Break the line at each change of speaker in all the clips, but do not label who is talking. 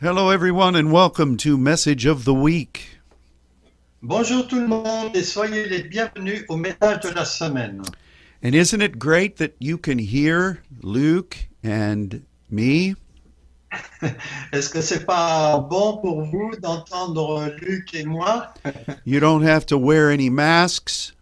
Hello, everyone, and welcome to Message of the Week.
Bonjour tout le monde et soyez les bienvenus au message de la semaine.
And isn't it great that you can hear Luke and me?
Est-ce que c'est pas bon pour vous d'entendre Luc et moi
You don't have to wear any masks.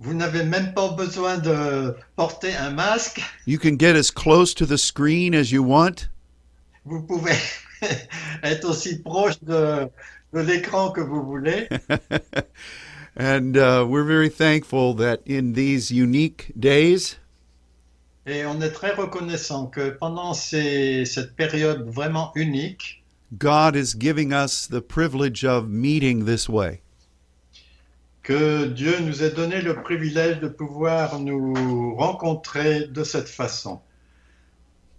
Vous n'avez même pas besoin de porter un masque.
You can get as close to the screen as you want.
Vous pouvez être aussi proche de, de l'écran que vous voulez.
and uh, we're very thankful that in these unique days,
Et on est très reconnaissant que pendant ces- cette période vraiment unique,
God is giving us the privilege of meeting this way.
que Dieu nous ait donné le privilège de pouvoir nous rencontrer de cette façon.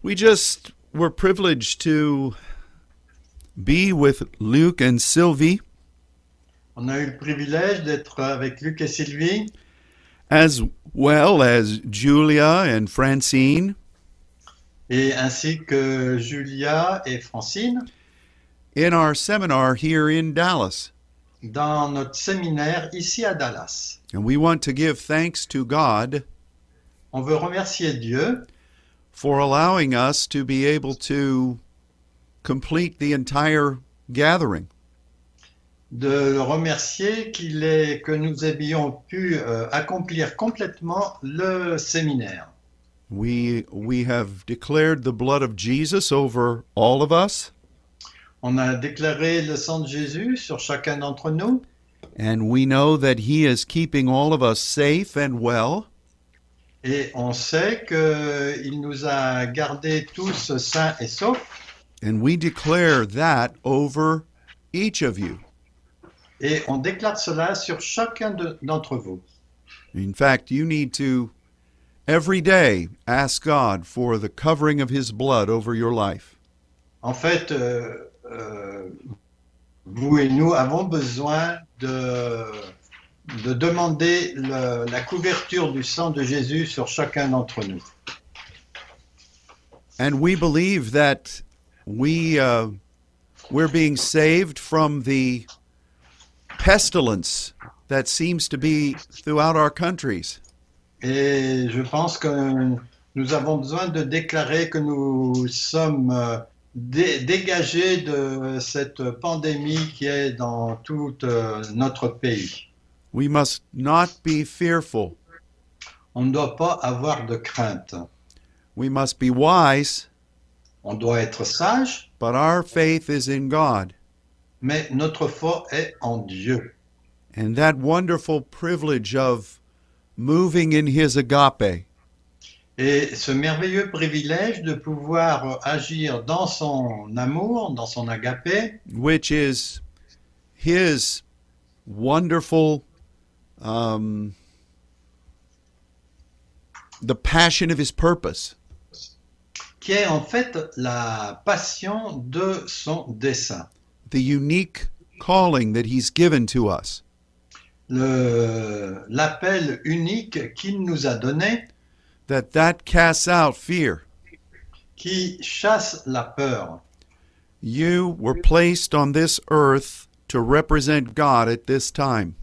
We just were privileged to be with Luke and Sylvie
On a eu le privilège d'être avec Luc et Sylvie,
as well as Julia and Francine.
et ainsi que Julia et Francine,
in our seminar here in Dallas.
dans notre séminaire ici à Dallas.
And we want to give thanks to God
On veut remercier Dieu
for allowing us to be able to complete the entire gathering.
de le remercier qu'il est, que nous ayons pu euh, accomplir complètement le séminaire.
We, we have declared the blood of Jesus over all of us,
On a déclaré le sang de Jésus sur chacun d'entre nous
and we know that He is keeping all of us safe and well.
et on sait qu'il nous a gardés tous sains et saufs.
And we declare that over each of you.
Et on déclare cela sur chacun de- d'entre vous.
In fact, you need to every day ask God for the covering of His blood over your life.
En fait, euh, euh, vous et nous avons besoin de, de demander le- la couverture du sang de Jésus sur chacun d'entre nous.
And we believe that we uh, we're being saved from the pestilence that seems to be throughout our countries.
Et je pense que nous avons besoin de déclarer que nous sommes euh, dé- dégagés de cette pandémie qui est dans tout euh, notre pays.
We must not be fearful.
On ne doit pas avoir de crainte.
We must be wise,
On doit être sage,
but our faith is in God.
mais notre foi est en Dieu.
And that wonderful privilege of moving in his agape
Et ce merveilleux privilège de pouvoir euh, agir dans son amour, dans son agapé,
which is his wonderful um, the passion of his purpose
qui est en fait la passion de son dessein,
the unique calling that he's given to us
Le- l'appel unique qu'il nous a donné,
that that casts out fear
qui chasse la peur.
you were placed on this earth to represent god at this time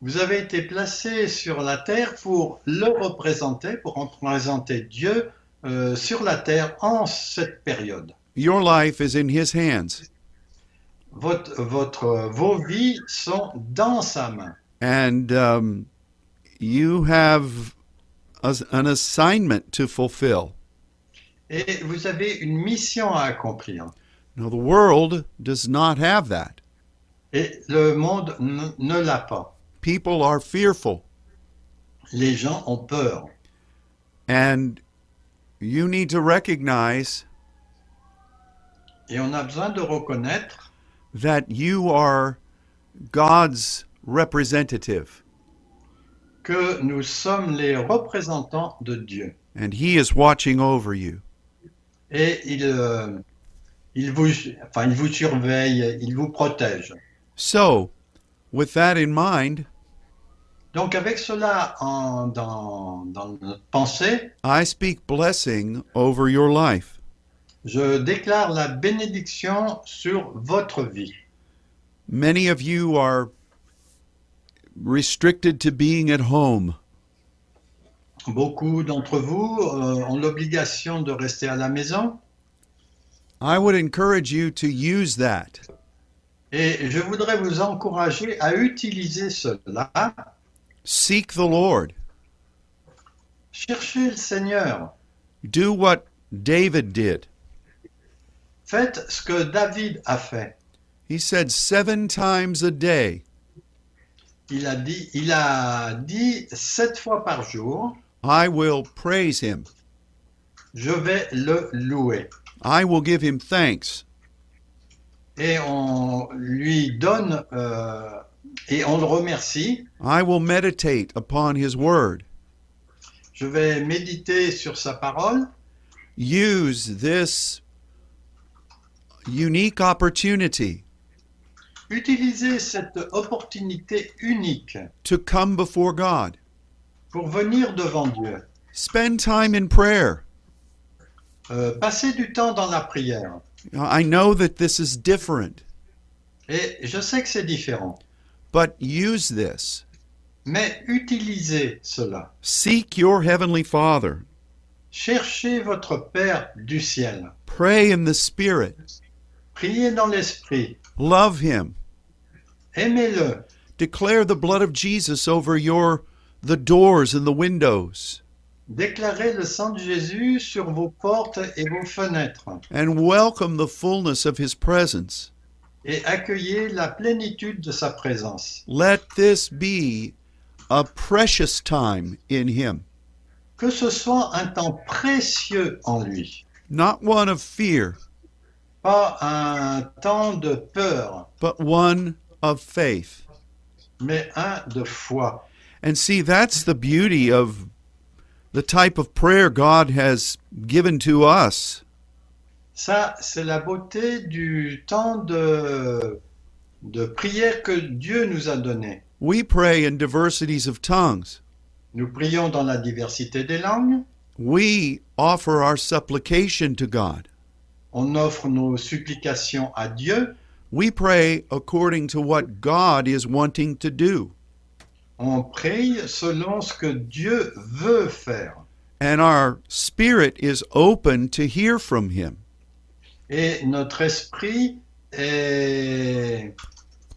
Vous avez été placé sur la terre pour le représenter, pour représenter Dieu euh, sur la terre en cette période.
your life is in his hands
Votre, votre- euh, vos vies sont dans sa main.
and um, you have as an assignment to fulfill
Et vous avez une mission à accomplir.
Now, the world does not have that.
Et le monde n- ne l'a pas.
People are fearful,
Les gens ont peur.
and you need to recognize
Et on a besoin de reconnaître
that you are God's representative,
que nous sommes les représentants de Dieu.
and He is watching over you.
Et il, euh, il, vous, enfin, il vous surveille, il vous protège.
So, with that in mind,
Donc avec cela en- dans, dans notre pensée,
I speak blessing over your life.
Je déclare la bénédiction sur votre vie.
Many of you are restricted to being at home.
Beaucoup d'entre vous euh, ont l'obligation de rester à la maison
I would encourage you to use that.
et je voudrais vous encourager à utiliser cela.
Seek the Lord.
Cherchez le Seigneur.
Do what David did.
Faites ce que David a fait.
He said seven times a day,
Il a dit, il a dit sept fois par jour,
I will praise him.
je vais le louer.
I will give him thanks.
Et on lui donne euh, et on le remercie.
I will meditate upon his word.
Je vais méditer sur sa parole.
Use this unique opportunité
Utilisez cette opportunité unique
to come before God.
pour venir devant Dieu.
Spend time in prayer.
Euh, passez du temps dans la prière.
I know that this is different,
Et je sais que c'est différent,
but use this.
mais utilisez cela.
Seek your heavenly Father.
Cherchez votre Père du ciel.
Pray in the Spirit.
Priez dans l'esprit.
Love Him.
Aimez-le.
Declare the blood of Jesus over your the doors and the windows,
Déclarez le sang de Jésus sur vos portes et vos fenêtres
and welcome the fullness of His presence.
et accueillez la plénitude de sa présence.
Let this be a precious time in Him,
Que ce soit un temps précieux en lui,
not one of fear,
pas un temps de peur,
but one of faith.
mais un de foi.
And see, that's the beauty of the type of prayer God has given to us.
Ça, c'est la beauté du temps de, de prière que Dieu nous a donné.
We pray in diversities of tongues.
Nous prions dans la diversité des langues,
We offer our supplication to God.
on offre nos supplications à Dieu,
We pray according to what God is wanting to do,
on prie selon ce que Dieu veut faire.
and our spirit is open to hear from Him.
Et notre esprit est,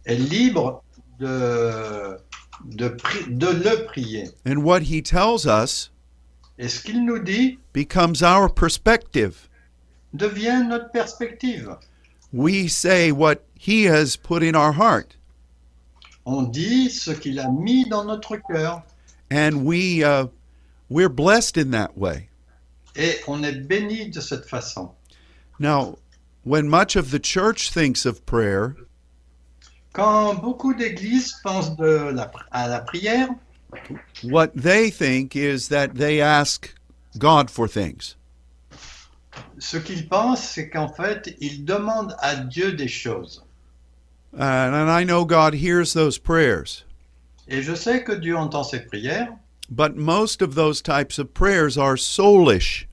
est libre de, de, pri- de le prier.
And what He tells us
Et ce qu'il nous dit
becomes our perspective.
devient notre perspective.
We say what He has put in our heart,
On dit ce qu'il a mis dans notre cœur.
and we, uh, we're blessed in that way.
Et on est béni de cette façon.
Now, when much of the church thinks of prayer,
Quand beaucoup d'églises pensent de la- à la prière,
what they think is that they ask God for things.
ce qu'ils pensent, c'est qu'en fait, ils demandent à Dieu des choses.
And, and I know God hears those prayers.
Et je sais que Dieu entend ces prières,
But most of those types of prayers are soulish.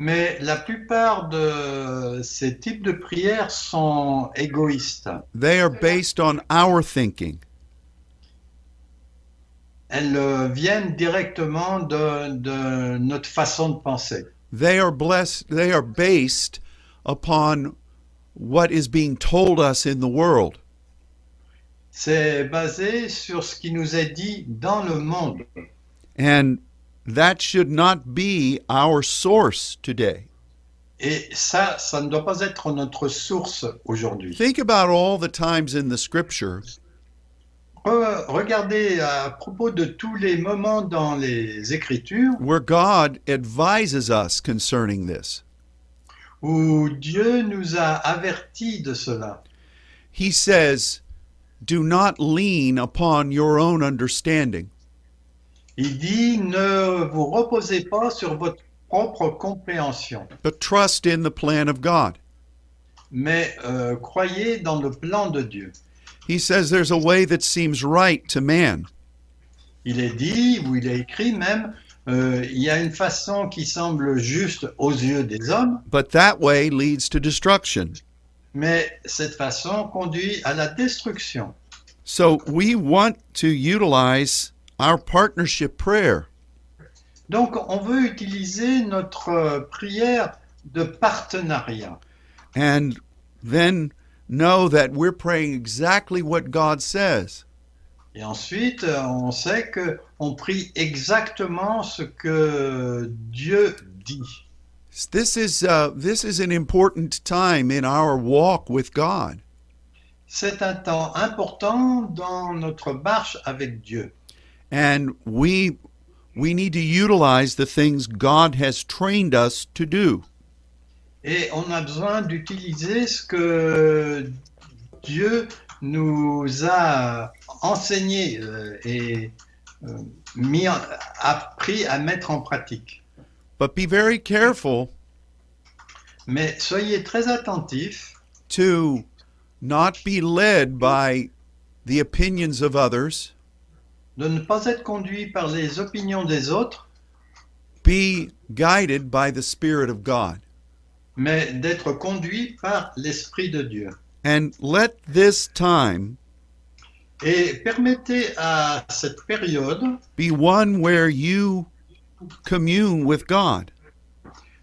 Mais la plupart de ces types de prières sont égoïstes.
They are based on our thinking.
Elles euh, viennent directement de, de notre façon de penser.
They are blessed they are based upon what is being told us in the world.
C'est basé sur ce qui nous est dit dans le monde.
And that should not be our source today.
Et ça, ça ne doit pas être notre source aujourd'hui.
Think about all the times in the scripture
Re- Euh, regardez à propos de tous les moments dans les Écritures
where God advises us concerning this.
où Dieu nous a avertis de cela.
He says, "Do not lean upon your own understanding."
Il dit, ne vous reposez pas sur votre propre compréhension.
but trust in the plan of God.
mais euh, croyez dans le plan de Dieu.
He says there's a way that seems right to man,
Il est dit, ou il est écrit même, euh, il y a une façon qui semble juste aux yeux des hommes,
but that way leads to destruction.
mais cette façon conduit à la destruction.
So we want to utilize our partnership prayer.
Donc on veut utiliser notre euh, prière de partenariat
and then know that we're praying exactly what God says.
et ensuite euh, on sait que on prie exactement ce que Dieu dit.
This is uh, this is an important time in our walk with God.
C'est un temps important dans notre marche avec Dieu.
and we we need to utilize the things God has trained us to do.
Et on a besoin d'utiliser ce que Dieu nous a enseigné euh, et euh, mis en- appris à mettre en pratique.
But be very careful
Mais soyez très attentifs
to not be led by the opinions of others.
de ne pas être conduits par les opinions des autres,
Be guided by the Spirit of God.
mais d'être conduits par l'Esprit de Dieu.
And let this time
Et permettez à cette période
be one where you commune with God.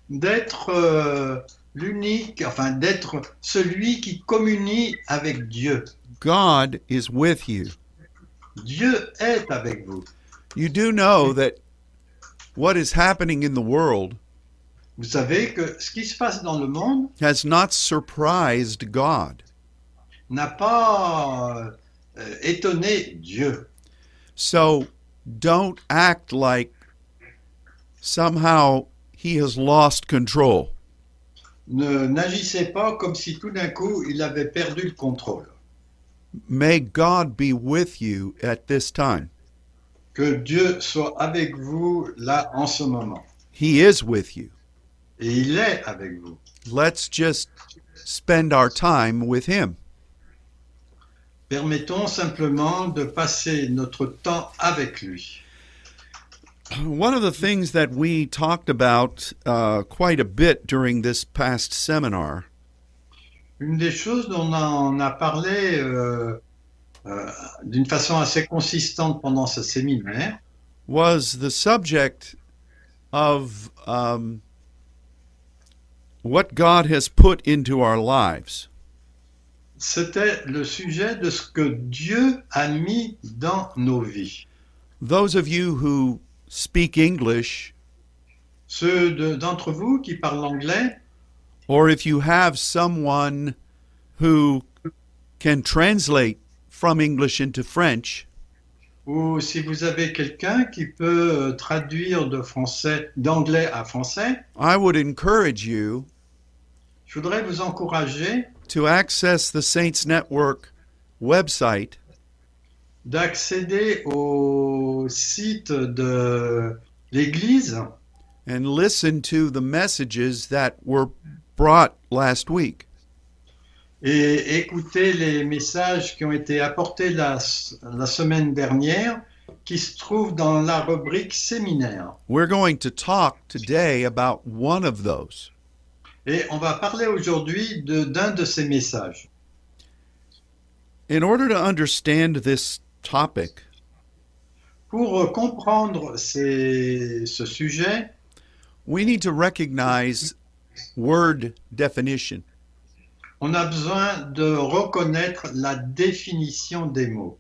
d'être euh, l'unique, enfin d'être celui qui communie avec Dieu.
God is with you.
Dieu est avec vous.
You do know that what is happening in the world
Vous savez que ce qui se passe dans le monde
has not surprised God.
n'a pas euh, étonné Dieu.
So don't act like somehow he has lost control.
Ne n'agissez pas comme si tout d'un coup il avait perdu le contrôle.
May God be with you at this time.
Que Dieu soit avec vous là en ce moment.
He is with you.
Et il est avec vous.
Let's just spend our time with him.
Permettons simplement de passer notre temps avec lui.
One of the things that we talked about uh, quite a bit during this past seminar
Une des choses dont on a, on a parlé euh, euh, d'une façon assez consistante pendant ce séminaire,
was the subject of um, what God has put into our lives.
c'était le sujet de ce que Dieu a mis dans nos vies.
Those of you who speak English,
Ceux de- d'entre vous qui parlent anglais,
or if you have someone who can translate from English into French,
ou si vous avez quelqu'un qui peut euh, traduire de français, d'anglais à français,
I would encourage you
je voudrais vous encourager
to access the Saints Network website
d'accéder au site de l'Église
and listen to the messages that were brought last week.
et écouter les messages qui ont été apportés la, la semaine dernière, qui se trouvent dans la rubrique séminaire.
We're going to talk today about one of those.
Et on va parler aujourd'hui de- d'un de, ces messages.
In order to understand this topic,
Pour euh, comprendre ces- ce sujet,
we need to recognize word definition.
on a besoin de reconnaître la définition des mots.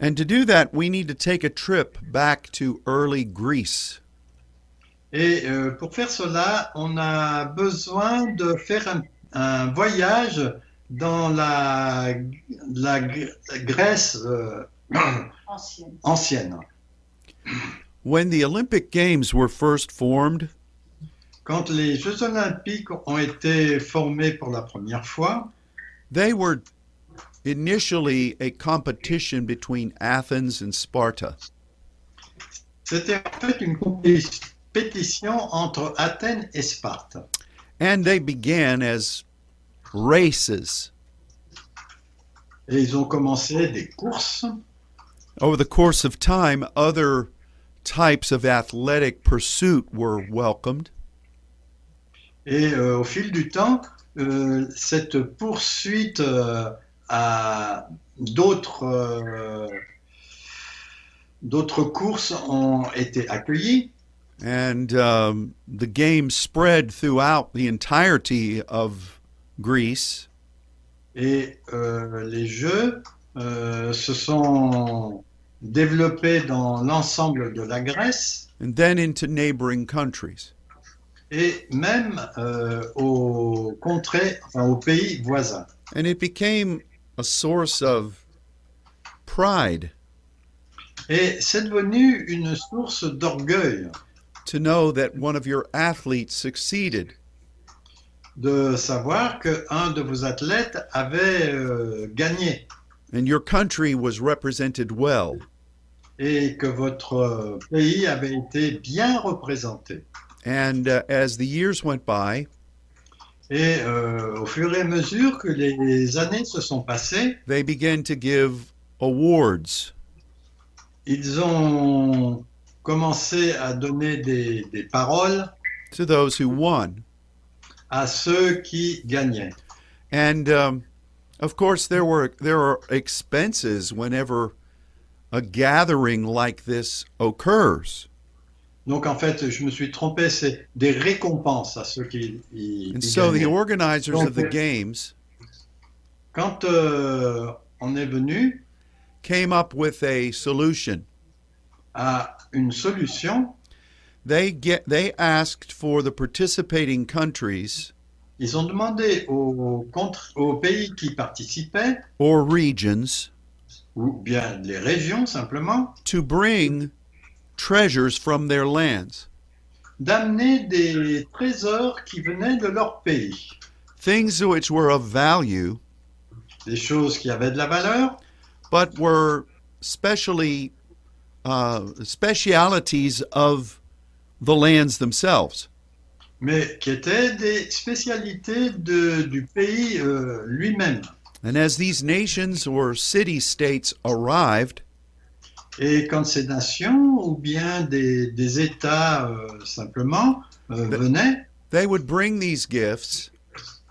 And to do that, we need to take a trip back to early Greece.
Et euh, pour faire cela, on a besoin de faire un, un voyage dans la, la Gr- Grèce euh,
ancienne.
ancienne.
When the Olympic Games were first formed,
Quand les Jeux olympiques ont été formés pour la première fois,
they were initially a competition between Athens and Sparta.
c'était en fait une compétition entre Athènes et Sparte.
And they began as races.
Et ils ont commencé des courses.
Over the course of time, other types of athletic pursuit were welcomed.
Et euh, au fil du temps, euh, cette poursuite euh, à d'autres euh, d'autres courses ont été accueillies
And um, the game spread throughout the entirety of Greece.
et euh, les jeux euh, se sont développés dans l'ensemble de la Grèce
and then into neighboring countries.
et même euh, aux contrées, enfin, aux pays voisins.
And it became a source of pride
Et c'est devenu une source d'orgueil
to know that one of your athletes succeeded
de savoir qu'un de vos athlètes avait euh, gagné
and your country was represented well.
et que votre euh, pays avait été bien représenté.
And uh, as the years went by,
Et euh, au fur et à mesure que les années se sont passées,
they began to give awards
ils ont commencé à donner des, des paroles
to those who won.
à ceux qui gagnaient.
And um, of course, there were there are expenses whenever a gathering like this occurs,
Donc en fait, je me suis trompé, c'est des récompenses à ceux qui, qui-
and
qui
so the
gagnaient.
organizers of the games
Quand euh, on est venu
came up with a solution.
à une solution,
They get they asked for the participating countries
ils ont demandé aux, contre- aux pays qui participaient,
or regions
ou bien les régions simplement,
to bring treasures from their lands,
d'amener des trésors qui venaient de leur pays,
things which were of value
des choses qui avaient de la valeur,
but were specially uh, specialities of the lands themselves.
mais qui étaient des spécialités de- du pays euh, lui-même.
And as these nations or city states arrived,
Et quand ces nations ou bien des, des États euh, simplement euh,
Mais-
venaient,
they would bring these gifts,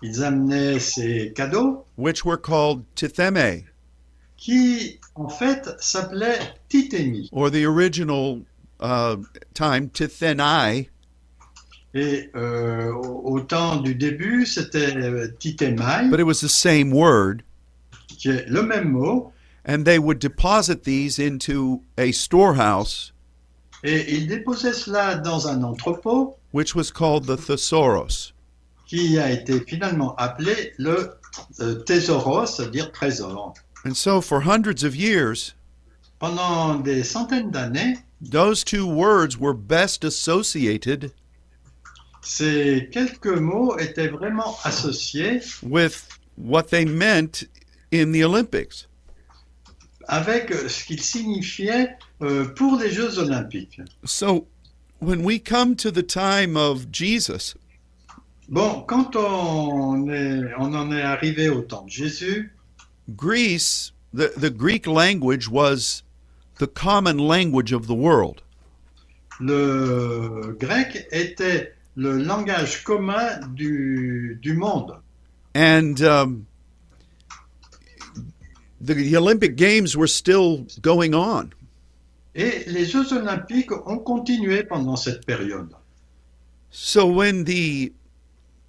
ils amenaient ces cadeaux
which were called titheme,
qui en fait s'appelaient titémie.
or the original uh, time tithenai,
Et euh, au au temps du début, c'était euh, titémaï,
but it was the same word.
qui est le même mot,
And they would deposit these into a storehouse,
et ils déposaient cela dans un entrepôt
which was called the thesauros.
qui a été finalement appelé le euh, thésauros, c'est-à-dire trésor.
And so for hundreds of years,
Pendant des centaines d'années,
Those two words were best associated
ces quelques mots étaient vraiment associés
with what they meant in the Olympics.
avec ce qu'ils signifiaient euh, pour les Jeux olympiques.
So when we come to the time of Jesus,
Bon, quand on, est- on en est arrivé au temps de Jésus,
Greece, the, the Greek language was the common language of the world.
le grec était le langage commun du, du monde.
And um, the, the Olympic Games were still going on.
Et les Jeux olympiques ont continué pendant cette période.
So when the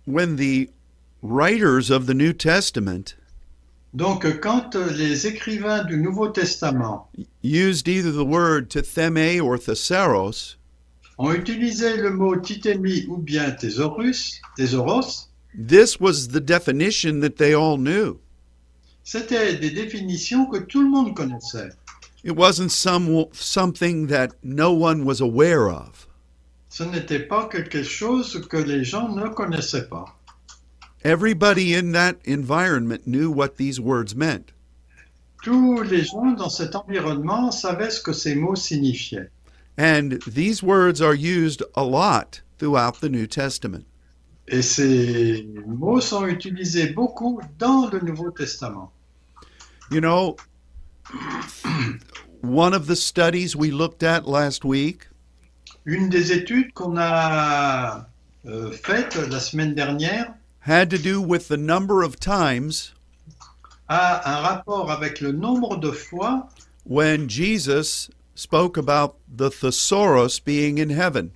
when the writers of the New Testament
Donc quand les écrivains du Nouveau Testament
used either the word titheme or thesaurus,
ont utilisé le mot titémie ou bien thésaurus, thésauros,
this was the definition that they all knew.
c'était des définitions que tout le monde connaissait.
It wasn't some something that no one was aware of.
Ce n'était pas quelque chose que les gens ne connaissaient pas.
Everybody in that environment knew what these words meant.
Tous les gens dans cet environnement savaient ce que ces mots signifiaient.
And these words are used a lot throughout the New Testament.
Et ces mots sont utilisés beaucoup dans le Nouveau Testament.
You know, one of the studies we looked at last week
Une des études qu'on a euh, faite la semaine dernière
had to do with the number of times
a un rapport avec le nombre de fois
when Jesus spoke about the thesaurus being in heaven.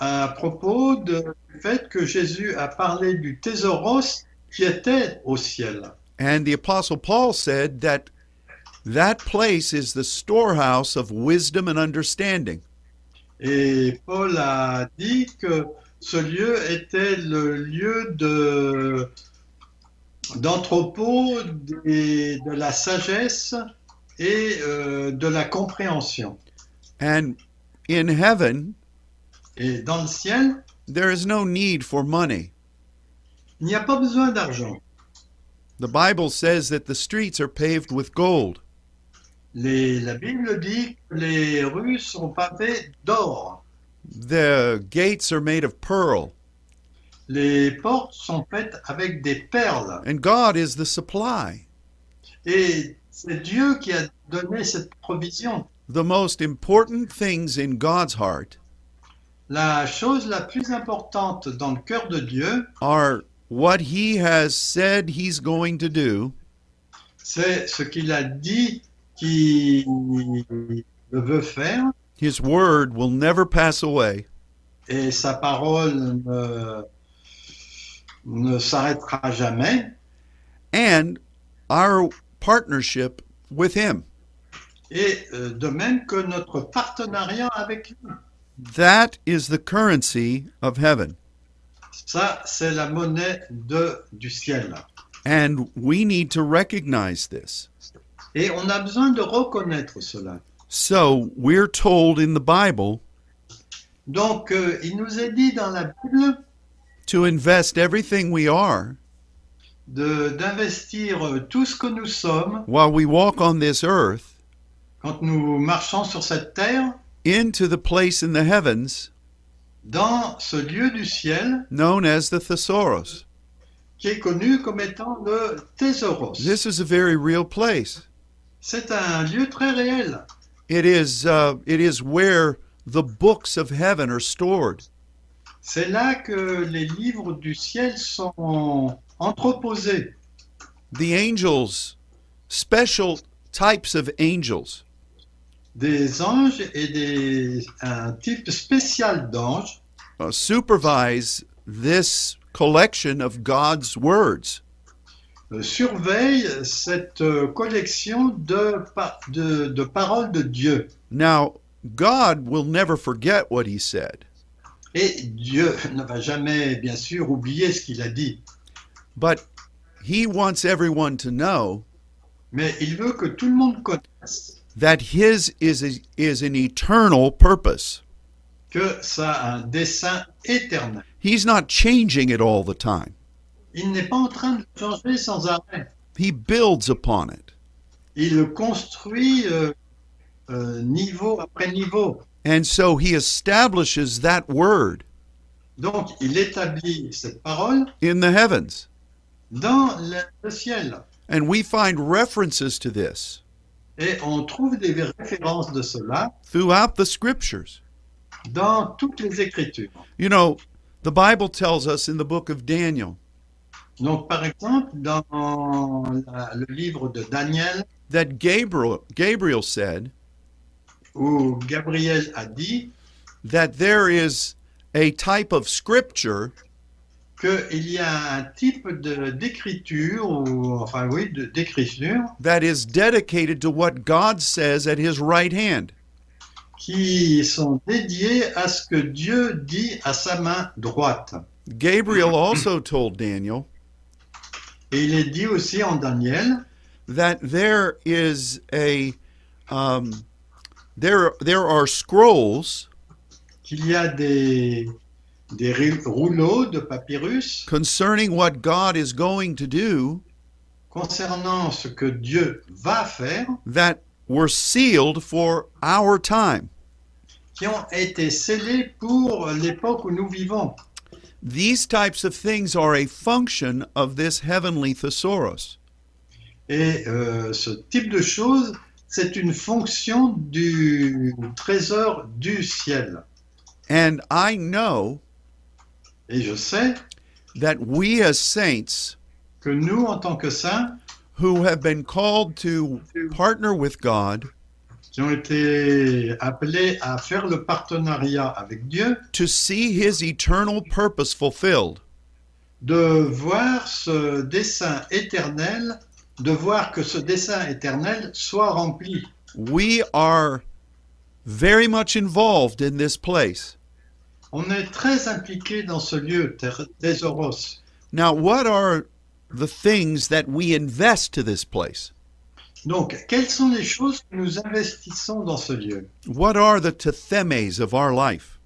à propos de- du fait que Jésus a parlé du thésoros qui était au ciel.
And the Apostle Paul said that that place is the storehouse of wisdom and understanding.
Et Paul a dit que ce lieu était le lieu de d'entrepôt des- de la sagesse et euh, de la compréhension.
And in heaven,
Et dans le ciel,
there is no need for money.
il n'y a pas besoin d'argent.
The Bible says that the streets are paved with gold.
Les- la Bible dit que les rues sont pavées d'or,
The gates are made of pearl,
les portes sont faites avec des perles.
and God is the supply.
Et c'est Dieu qui a donné cette provision.
The most important things in God's heart
La chose la plus importante dans le cœur de Dieu,
are what He has said He's going to do
c'est ce qu'il a dit qu'il le veut faire,
His word will never pass away.
et sa parole ne, ne s'arrêtera jamais,
And our partnership with Him.
et euh, de même que notre partenariat avec lui.
That is the currency of heaven.
Ça, c'est la monnaie de, du ciel.
And we need to recognize this.
Et on a besoin de reconnaître cela.
So we're told in the Bible
Donc, euh, il nous est dit dans la Bible
to invest everything we are
de- d'investir euh, tout ce que nous sommes
while we walk on this earth
quand nous marchons sur cette terre
into the place in the heavens
dans ce lieu du ciel
known as the thesaurus.
qui est connu comme étant le Thésoros.
This is a very real place.
C'est un lieu très réel.
It is uh, it is where the books of heaven are stored.
C'est là que les livres du ciel sont entreposés.
The angels, special types of angels,
Des anges et des, un type spécial d'anges
uh, supervise this collection of God's words.
euh, surveillent cette euh, collection de, pa- de- de paroles de Dieu.
Now, God will never forget what He said,
Et Dieu ne va jamais, bien sûr, oublier ce qu'il a dit.
but He wants everyone to know
Mais il veut que tout le monde connaisse
that His is is an eternal purpose.
que ça a un dessein éternel.
He's not changing it all the time.
Il n'est pas en train de changer sans arrêt.
He builds upon it.
Il le construit euh, euh, niveau après niveau.
And so he establishes that word
Donc, il établit cette parole
in the heavens.
dans le- le ciel.
And we find references to this
Et on trouve des références de cela
throughout the scriptures.
dans toutes les Écritures.
You know, the Bible tells us in the book of Daniel
Donc, par exemple, dans la- le livre de Daniel,
that Gabriel, Gabriel said
où Gabriel a dit,
that there is a type of scripture
qu'il y a un type de- d'écriture, ou enfin oui, de- d'écriture,
that is dedicated to what God says at his right hand.
qui sont dédiées à ce que Dieu dit à sa main droite.
Gabriel also told Daniel
Et il est dit aussi en Daniel
that there is a um, there there are scrolls
qu'il y a des, des ri- rouleaux de papyrus
concerning what God is going to do
concernant ce que Dieu va faire
that were sealed for our time.
qui ont été scellés pour l'époque où nous vivons.
These types of things are a function of this heavenly thesaurus.
Et euh, ce type de choses c'est une fonction du trésor du ciel.
And I know
Et je sais
that we as saints
que nous, en tant que saints,
who have been called to partner with God
qui ont été appelés à faire le partenariat avec Dieu,
to see his eternal purpose fulfilled,
de voir ce dessein éternel, de voir que ce dessein éternel soit rempli.
we are very much involved in this place.
On est très impliqué dans ce lieu, Ter- Thésoros.
Now, what are the things that we invest to this place?
Donc, quelles sont les choses que nous investissons dans ce lieu
What are the tethemes of our life?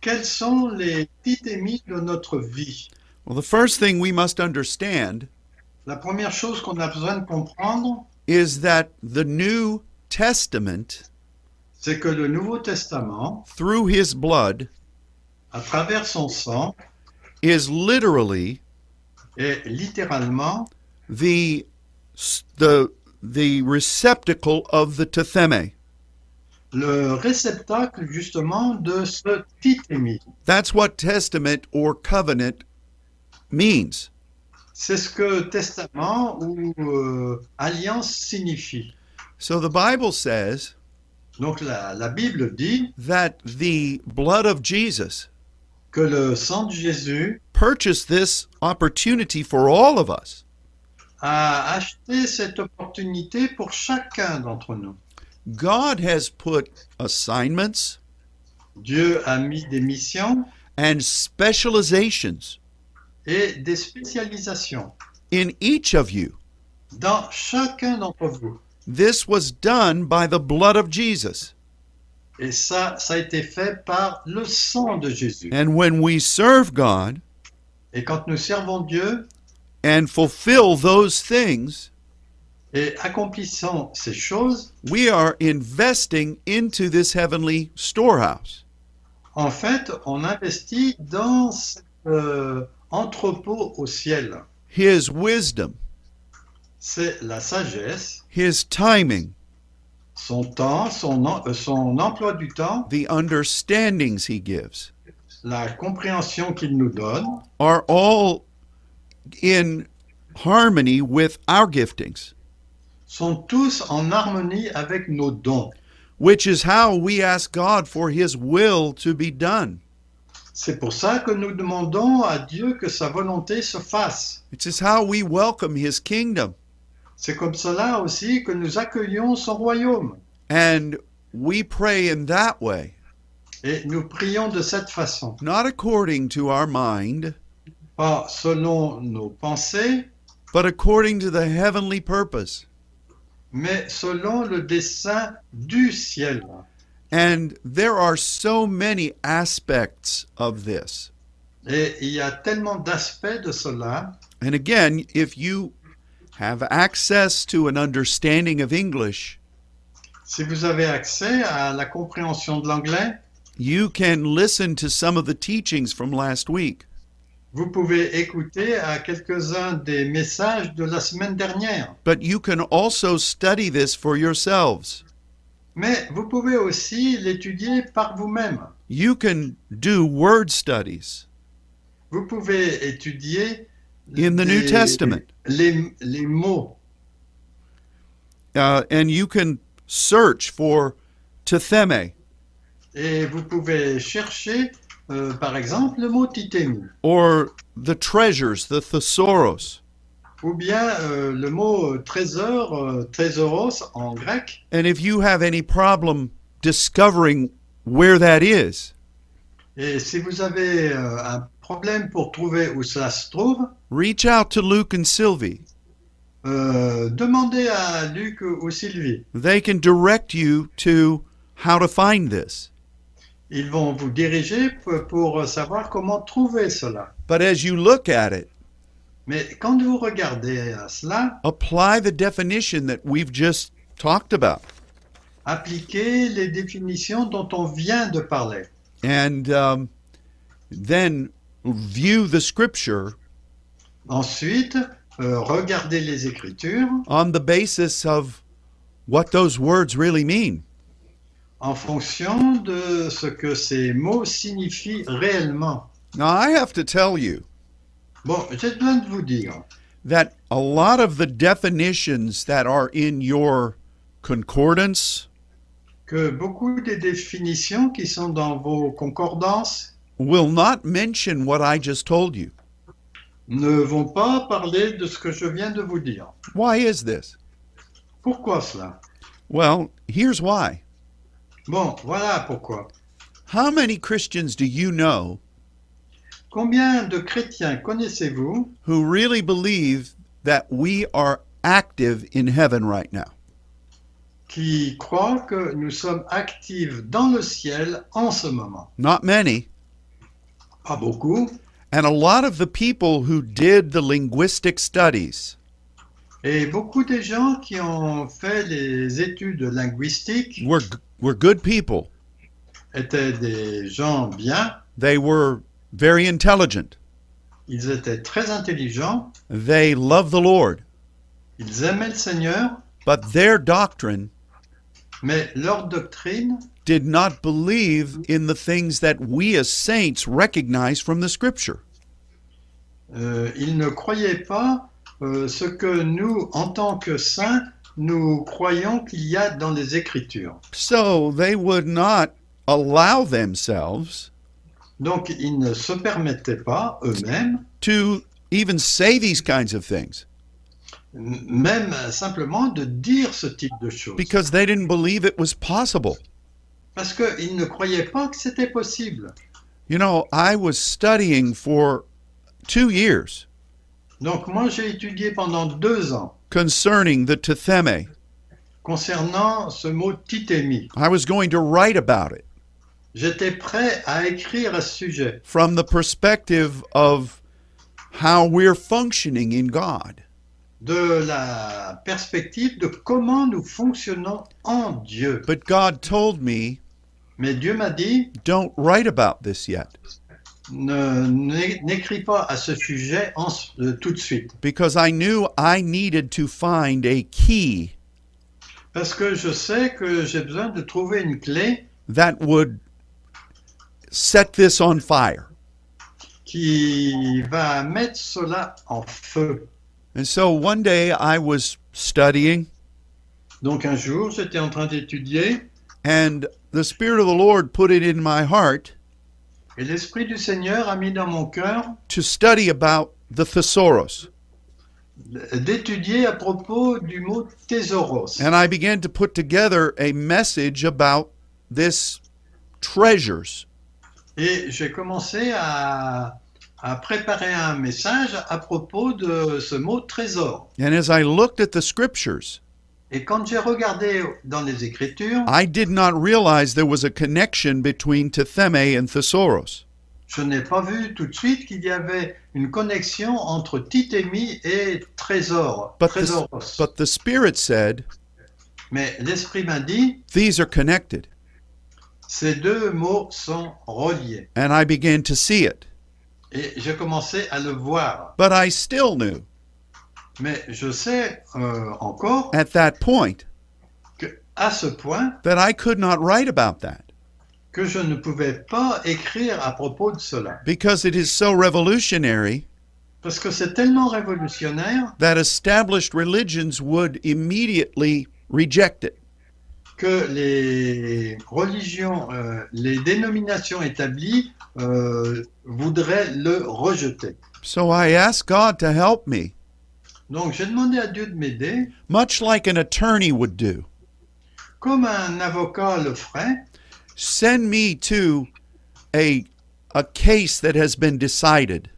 Quelles sont les titémies de notre vie
Well, the first thing we must understand
La première chose qu'on a besoin de comprendre,
is that the New Testament,
c'est que le Nouveau Testament,
through his blood,
à travers son sang,
is literally
est littéralement
the, the, the receptacle of the tetheme.
le réceptacle justement de ce titémie.
That's what testament or covenant means.
C'est ce que testament ou euh, alliance signifie.
So the Bible says
Donc la, la Bible dit
that the blood of Jesus
que le sang de Jésus
purchased this opportunity for all of us.
a acheté cette opportunité pour chacun d'entre nous.
God has put assignments
Dieu a mis des missions
and specializations
et des spécialisations
in each of you.
dans chacun d'entre vous.
This was done by the blood of Jesus.
Et ça, ça a été fait par le sang de Jésus.
And when we serve God
Et quand nous servons Dieu
and fulfill those things,
et accomplissons ces choses,
we are investing into this heavenly storehouse.
en fait, on investit dans cet euh, entrepôt au ciel.
His wisdom,
C'est la sagesse,
His timing,
son temps, son, en- euh, son emploi du temps,
the understandings He gives
la compréhension qu'il nous donne,
are all in harmony with our giftings,
sont tous en harmonie avec nos dons.
which is how we ask God for His will to be done.
C'est pour ça que nous demandons à Dieu que sa volonté se fasse.
It is how we welcome His kingdom.
C'est comme cela aussi que nous accueillons son royaume.
And we pray in that way,
Et nous prions de cette façon,
not according to our mind,
pas selon nos pensées,
but according to the heavenly purpose.
mais selon le dessein du ciel.
And there are so many aspects of this.
Et il y a tellement d'aspects de cela.
And again, if you have access to an understanding of English,
Si vous avez accès à la compréhension de l'anglais,
you can listen to some of the teachings from last week.
vous pouvez écouter à quelques-uns des messages de la semaine dernière.
But you can also study this for yourselves.
Mais vous pouvez aussi l'étudier par vous-même.
You can do word studies
Vous pouvez étudier
in the New
les-
Testament.
les- les mots
uh, and you can search for tetheme
Et vous pouvez chercher, euh, par exemple, le mot titémie,
or the treasures, the thesauros,
ou bien euh, le mot euh, trésor, euh, thésoros en grec.
and if you have any problem discovering where that is,
Et si vous avez euh, un problème pour trouver où cela se trouve,
reach out to Luke and Sylvie.
euh, demandez à Luc ou ou Sylvie.
They can direct you to how to find this.
Ils vont vous diriger p- pour savoir comment trouver cela.
But as you look at it,
Mais quand vous regardez à cela,
apply the definition that we've just talked about,
appliquez les définitions dont on vient de parler.
and um, then view the scripture
Ensuite, euh, regardez les écritures.
on the basis of what those words really mean.
en fonction de ce que ces mots signifient réellement.
Now, I have to tell you
Bon, j'ai besoin de vous dire
that a lot of the definitions that are in your concordance
que beaucoup des définitions qui sont dans vos concordances
will not mention what I just told you.
ne vont pas parler de ce que je viens de vous dire.
Why is this?
Pourquoi cela
Well, here's why.
Bon, voilà pourquoi.
How many Christians do you know
Combien de chrétiens connaissez-vous
who really believe that we are active in heaven right now?
qui croient que nous sommes actifs dans le ciel en ce moment
Not many.
Pas beaucoup.
And a lot of the people who did the linguistic studies
Et beaucoup des gens qui ont fait les études linguistiques
were, were good people.
étaient des gens bien,
They were very intelligent.
Ils étaient très intelligents,
They loved the Lord.
ils aimaient le Seigneur,
But their doctrine
mais leur doctrine
did not believe in the things that we as saints recognize from the scripture.
Euh, ils ne croyaient pas euh, ce que nous, en tant que saints, nous croyons qu'il y a dans les Écritures.
So they would not allow themselves
Donc ils ne se permettaient pas eux-mêmes,
to even say these kinds of things
m- même simplement de dire ce type de choses,
because they didn't believe it was possible.
parce qu'ils ne croyaient pas que c'était possible.
You know, I was studying for two years
Donc moi j'ai étudié pendant deux ans
concerning the tetheme.
concernant ce mot titémie.
I was going to write about it
J'étais prêt à écrire à ce sujet.
from the perspective of how we're functioning in God.
de la perspective de comment nous fonctionnons en Dieu.
But God told me,
Mais Dieu m'a dit,
don't write about this yet
ne- n'é- n'écris pas à ce sujet en s- euh, tout de suite,
because I knew I needed to find a key
parce que je sais que j'ai besoin de trouver une clé
that would set this on fire.
qui va mettre cela en feu.
And so one day I was studying,
Donc un jour, j'étais en train d'étudier
and the Spirit of the Lord put it in my heart
et l'Esprit du Seigneur a mis dans mon cœur
to study about the thesaurus.
d'étudier à propos du mot thésauros.
And I began to put together a message about this treasures.
Et j'ai commencé à, à préparer un message à propos de ce mot trésor.
And as I looked at the scriptures,
Et quand j'ai regardé dans les Écritures,
I did not realize there was a connection between tetheme and thesaurus.
je n'ai pas vu tout de suite qu'il y avait une connexion entre titémie et trésor,
But the,
trésoros.
but the Spirit said
Mais l'Esprit m'a dit,
these are connected.
ces deux mots sont reliés.
And I began to see it.
Et j'ai commencé à le voir.
But I still knew
Mais je sais euh, encore
at that point
qu'à ce point
that I could not write about that
que je ne pouvais pas écrire à propos de cela.
because it is so revolutionary
Parce que c'est tellement révolutionnaire
that established religions would immediately reject it.
que les religions, euh, les dénominations établies euh, voudraient le rejeter.
So I asked God to help me,
Donc j'ai demandé à Dieu de m'aider,
much like an attorney would do.
comme un avocat le ferait,
Send me to a a case that has been decided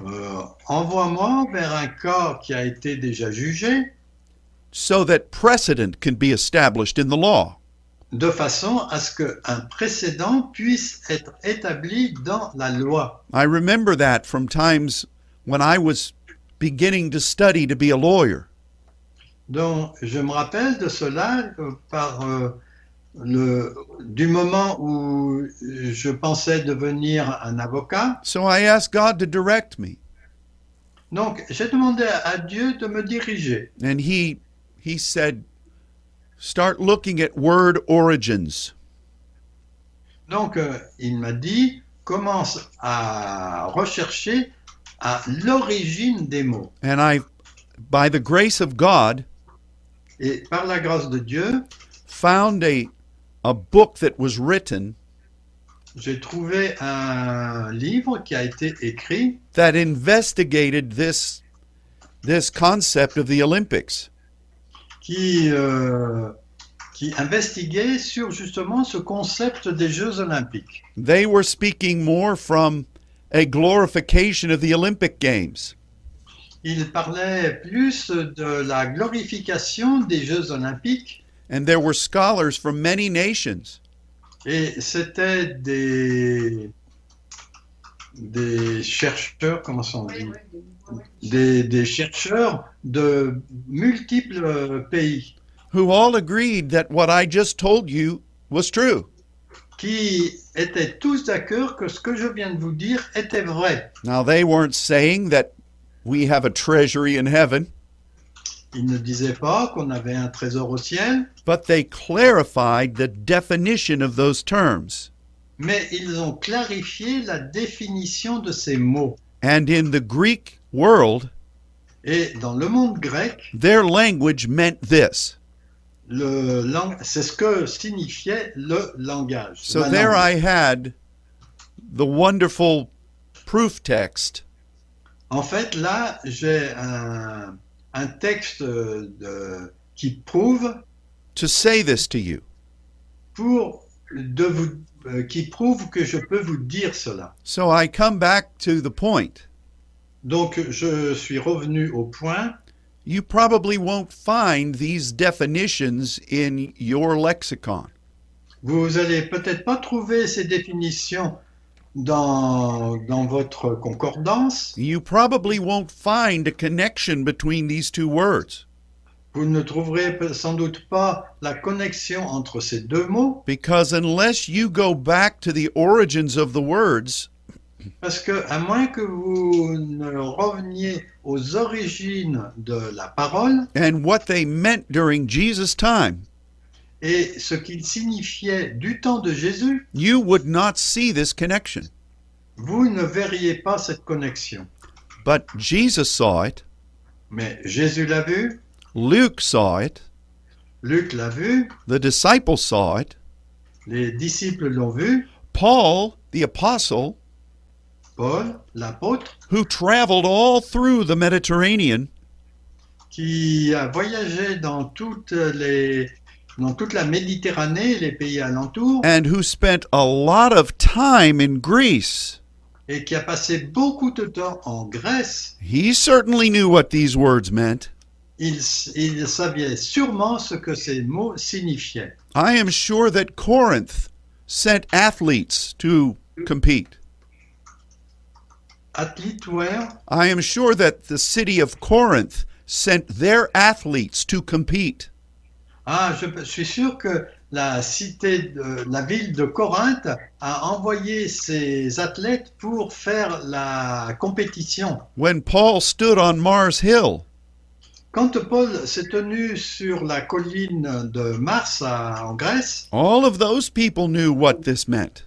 euh, envoie-moi vers un cas qui a été déjà jugé,
so that precedent can be established in the law.
de façon à ce qu'un précédent puisse être établi dans la loi.
I remember that from times when I was beginning to study to be a lawyer.
Donc, je me rappelle de cela euh, par euh, le, du moment où je pensais devenir un avocat.
So I asked God to direct me,
Donc, j'ai demandé à Dieu de me diriger.
and he he said, start looking at word origins.
Donc, euh, il m'a dit, commence à rechercher à l'origine des mots.
And I, by the grace of God,
Et par la grâce de Dieu,
found a, a book that was written
j'ai trouvé un livre qui a été écrit
that investigated this, this concept of the Olympics.
qui, euh, qui investiguait sur justement ce concept des Jeux olympiques.
They were speaking more from a glorification of the Olympic Games.
Il parlait plus de la glorification des Jeux olympiques
And there were scholars from many nations
et c'était des, des chercheurs, comment ça on dit des, des chercheurs de multiples euh, pays
who all agreed that what I just told you was true.
qui étaient tous d'accord que ce que je viens de vous dire était vrai.
Now, they weren't saying that we have a treasury in heaven,
Ils ne disaient pas qu'on avait un trésor au ciel,
but they clarified the definition of those terms.
mais ils ont clarifié la définition de ces mots.
And in the Greek world,
Et dans le monde grec,
their language meant this.
le lang- c'est ce que signifiait le langage.
So
la
there
langue.
I had the wonderful proof text
En fait, là, j'ai un, un texte euh, de- qui prouve
to say this to you.
pour de vous euh, qui prouve que je peux vous dire cela.
So I come back to the point.
Donc, je suis revenu au point.
You probably won't find these definitions in your lexicon.
Vous allez peut-être pas trouver ces définitions dans, dans votre concordance.
You probably won't find a connection between these two words
Vous ne trouverez pe- sans doute pas la connexion entre ces deux mots
because unless you go back to the origins of the words,
parce que à moins que vous ne reveniez aux origines de la parole
and what they meant during Jesus' time,
et ce qu'il signifiait du temps de Jésus,
you would not see this connection.
vous ne verriez pas cette connexion.
But Jesus saw it,
Mais Jésus l'a vu,
Luke saw it,
Luc l'a vu,
the disciples saw it,
les disciples l'ont vu,
Paul, the apostle,
Paul, l'apôtre,
who traveled all through the Mediterranean,
qui a voyagé dans toutes les dans toute la Méditerranée, les pays alentours,
and who spent a lot of time in Greece,
et qui a passé beaucoup de temps en Grèce,
he certainly knew what these words meant.
il, s- il savait sûrement ce que ces mots signifiaient.
I am sure that Corinth sent athletes to compete.
Atlitware,
I am sure that the city of Corinth sent their athletes to compete.
ah, je, je suis sûr que la cité, de, la ville de Corinthe a envoyé ses athlètes pour faire la compétition.
When Paul stood on Mars Hill,
Quand Paul s'est tenu sur la colline de Mars à- en Grèce,
all of those people knew what this meant.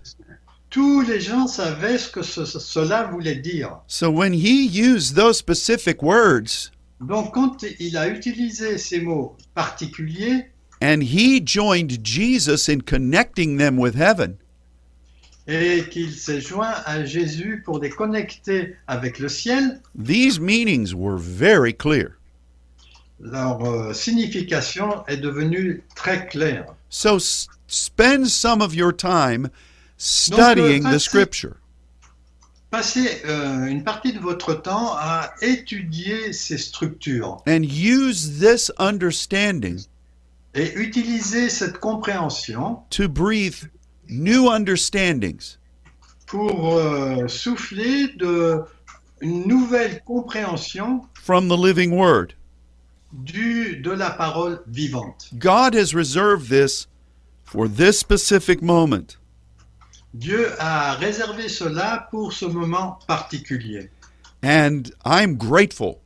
Tous les gens savaient ce que ce- ce- cela voulait dire.
So when he used those specific words
Donc quand il a utilisé ces mots particuliers
and he joined Jesus in connecting them with heaven,
et qu'il s'est joint à Jésus pour les connecter avec le ciel,
these meanings were very clear.
leur euh, signification est devenue très claire.
So s- spend some of your time studying the
that's it.
scripture.
Passez euh, une partie de votre temps à étudier ces structures
and use this understanding
et utilisez cette compréhension
to breathe new understandings
pour euh, souffler de une nouvelle compréhension
from the living word.
du, de la parole vivante.
God has reserved this for this specific moment.
Dieu a réservé cela pour ce moment particulier.
And I'm grateful.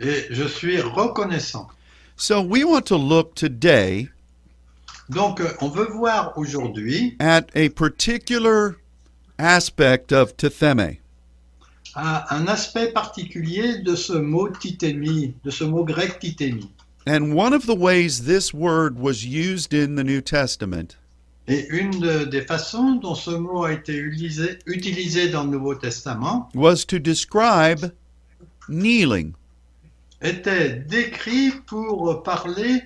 Et je suis reconnaissant.
So we want to look today
Donc, euh, on veut voir aujourd'hui
at a particular aspect of tetheme.
un, un aspect particulier de ce mot titémie, de ce mot grec titémie.
And one of the ways this word was used in the New Testament
Et une de- des façons dont ce mot a été utilisé, utilisé dans le Nouveau Testament
was to describe kneeling.
était décrit pour parler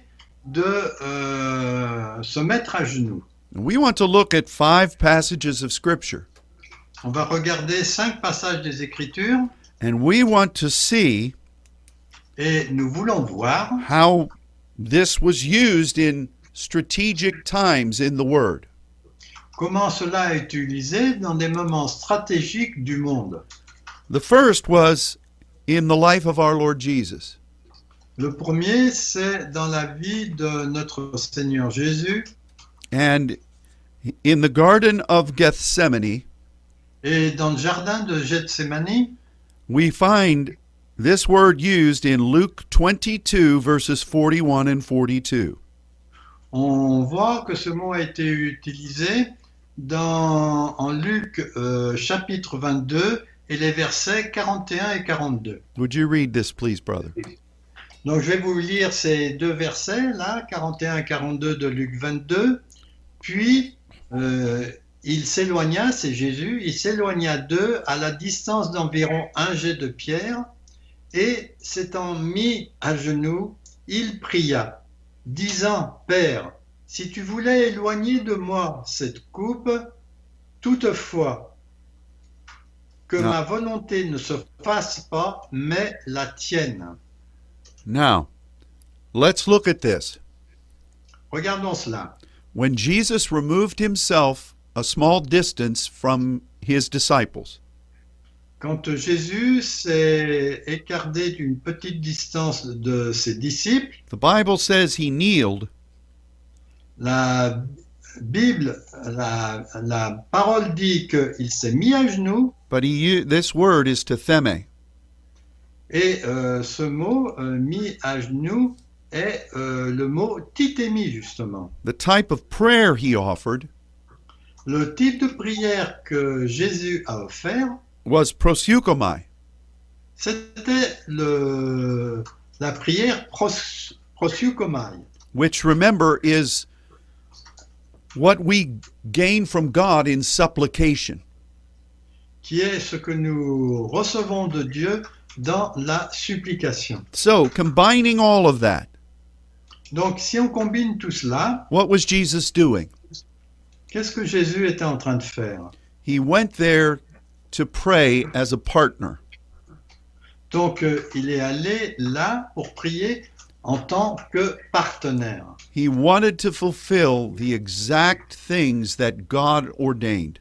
de euh, se mettre à genoux.
We want to look at five passages of Scripture,
On va regarder cinq passages des Écritures
and we want to see
et nous voulons voir
how this was used in strategic times in the Word.
comment cela est utilisé dans des moments stratégiques du monde.
The first was in the life of our Lord Jesus.
Le premier, c'est dans la vie de notre Seigneur Jésus
And in the Garden of Gethsemane,
et dans le jardin de Gethsemane.
we find this word used in Luke 22, verses 41 and 42.
On voit que ce mot a été utilisé dans, en Luc euh, chapitre 22 et les versets 41 et 42.
Would you read this, please, brother?
Donc je vais vous lire ces deux versets là, 41 et 42 de Luc 22. Puis euh, il s'éloigna, c'est Jésus, il s'éloigna d'eux à la distance d'environ un jet de pierre et s'étant mis à genoux, il pria, disant Père, si tu voulais éloigner de moi cette coupe, toutefois que
Non.
ma volonté ne se fasse pas, mais la tienne.
Now, let's look at this.
Regardons cela.
When Jesus removed himself a small distance from his disciples,
Quand Jésus s'est écarté d'une petite distance de ses disciples,
the Bible says he kneeled
la Bible, la, la parole dit qu'il s'est mis à genoux
But he, u- this word is tetheme,
et euh, ce mot euh, mis à genoux est euh, le mot titémie justement.
the type of prayer he offered
Le type de prière que Jésus a offert,
was prosukomai,
c'était le, la prière pros, prosukomai.
which remember is what we gain from God in supplication.
qui est ce que nous recevons de Dieu dans la supplication.
So, combining all of that,
Donc si on combine tout cela,
what was Jesus doing?
qu'est-ce que Jésus était en train de faire
He went there to pray as a partner.
Donc euh, il est allé là pour prier en tant que partenaire.
He wanted to fulfill the exact things that God ordained.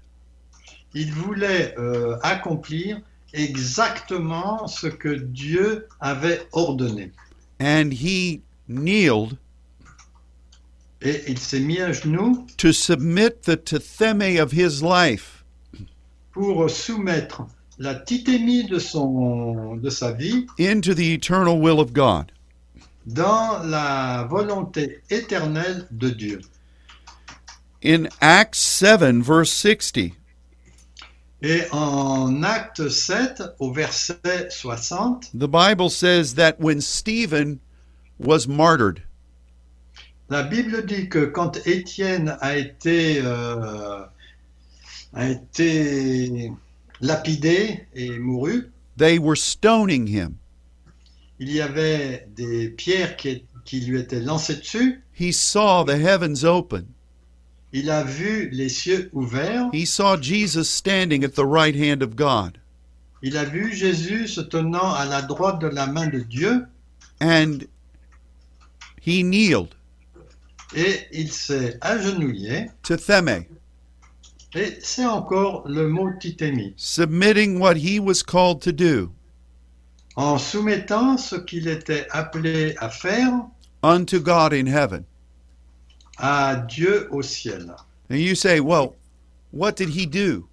Il voulait euh, accomplir exactement ce que Dieu avait ordonné.
And he kneeled
Et il s'est mis à genoux
to submit the tetheme of his life
pour soumettre la titémie de, son, de sa vie
into the eternal will of God.
dans la volonté éternelle de Dieu.
In Acts 7, verse 60,
Et en acte 7, au verset 60,
the Bible says that when Stephen was martyred,
la Bible dit que quand Étienne a été, euh, a été lapidé et mourut,
they were stoning him.
il y avait des pierres qui, qui lui étaient lancées dessus.
He saw the heavens open.
Il a vu les cieux ouverts.
He saw Jesus standing at the right hand of God.
Il a vu Jésus se tenant à la droite de la main de Dieu.
And he kneeled
Et il s'est agenouillé.
to Theme,
Et c'est encore le mot titémie.
submitting what he was called to do
En soumettant ce qu'il était appelé à faire
unto God in heaven.
à Dieu au ciel.
And you say, well, what did he do?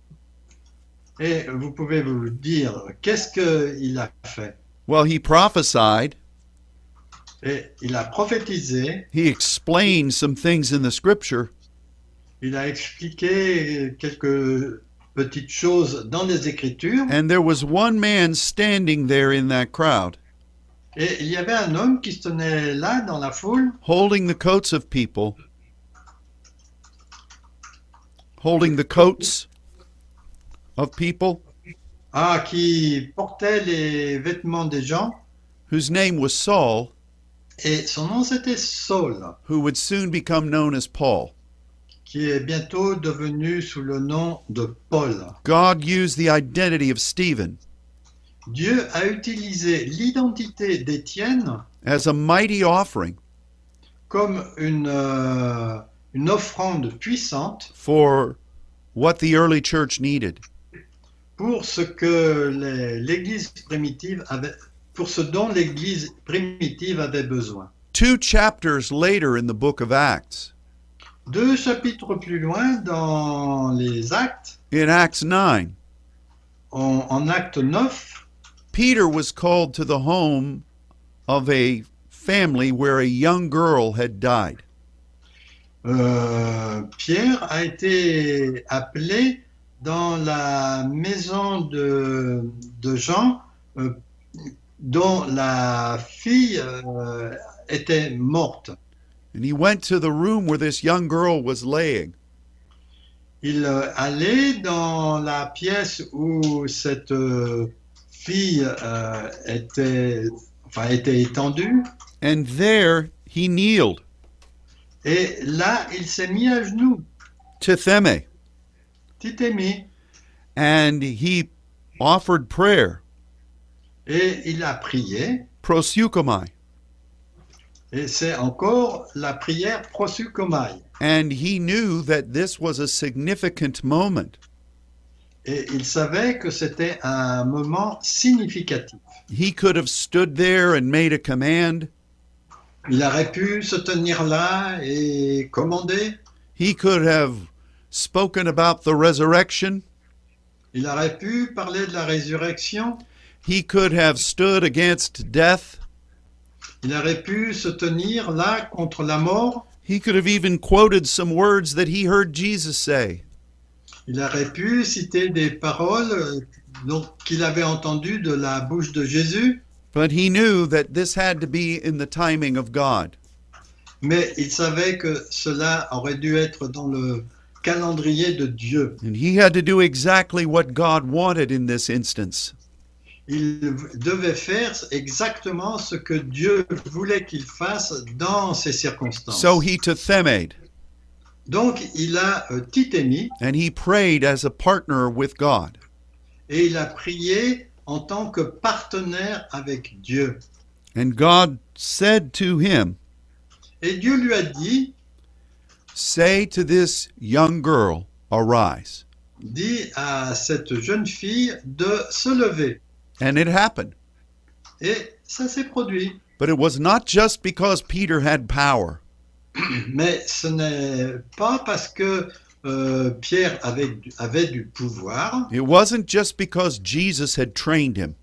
Et vous pouvez vous dire, qu'est-ce qu'il a fait
Well, he prophesied
Et il a prophétisé,
He explained some things in the scripture
il a expliqué quelques petites choses dans les Écritures.
And there was one man standing there in that crowd,
Et il y avait un homme qui se tenait là dans la foule,
holding the coats of people, holding the coats of people,
ah, qui portait les vêtements des gens,
whose name was Saul,
et son nom c'était Saul,
who would soon become known as Paul.
qui est bientôt devenu sous le nom de Paul.
God used the identity of Stephen
Dieu a utilisé l'identité d'Étienne
as a mighty offering
comme une, euh, une offrande puissante
for what the early church needed.
pour ce que les- l'Église primitive avait, pour ce dont l'Église primitive avait besoin.
Two chapters later in the book of Acts,
Deux chapitres plus loin dans les Actes,
in Acts 9,
en, en Acte 9,
Peter was called to the home of a family where a young girl had died.
euh, Pierre a été appelé dans la maison de, de Jean euh, dont la fille euh, était morte.
And he went to the room where this young girl was laying.
Il euh, allait dans la pièce où cette euh, fille euh, était, enfin, était étendue
And there he kneeled,
et là il s'est mis à genoux,
Titheme,
titémi,
and he offered prayer,
et il a prié.
prosukomai,
Et c'est encore la prière prosucomaille.
and he knew that this was a significant moment.
Et il savait que c'était un moment significatif.
He could have stood there and made a command.
Il aurait pu se tenir là et commander.
He could have spoken about the resurrection.
Il aurait pu parler de la résurrection.
He could have stood against death.
Il aurait pu se tenir là contre la mort.
He could have even quoted some words that he heard Jesus say.
Il aurait pu citer des paroles euh, donc, qu'il avait entendues de la bouche de Jésus.
But he knew that this had to be in the timing of God.
Mais il savait que cela aurait dû être dans le calendrier de Dieu.
And he had to do exactly what God wanted in this instance.
Il devait faire exactement ce que Dieu voulait qu'il fasse dans ces circonstances.
So he tothemed
Donc il a euh, titémi
and he prayed as a partner with God.
et il a prié en tant que partenaire avec Dieu.
And God said to him,
Et Dieu lui a dit,
Say to this young girl, Arise.
dit à cette jeune fille de se lever.
And it happened.
Et ça s'est produit.
But it was not just because Peter had power.
Mais ce n'est pas parce que euh, Pierre avait, du- avait du pouvoir,
It wasn't just because Jesus had trained him.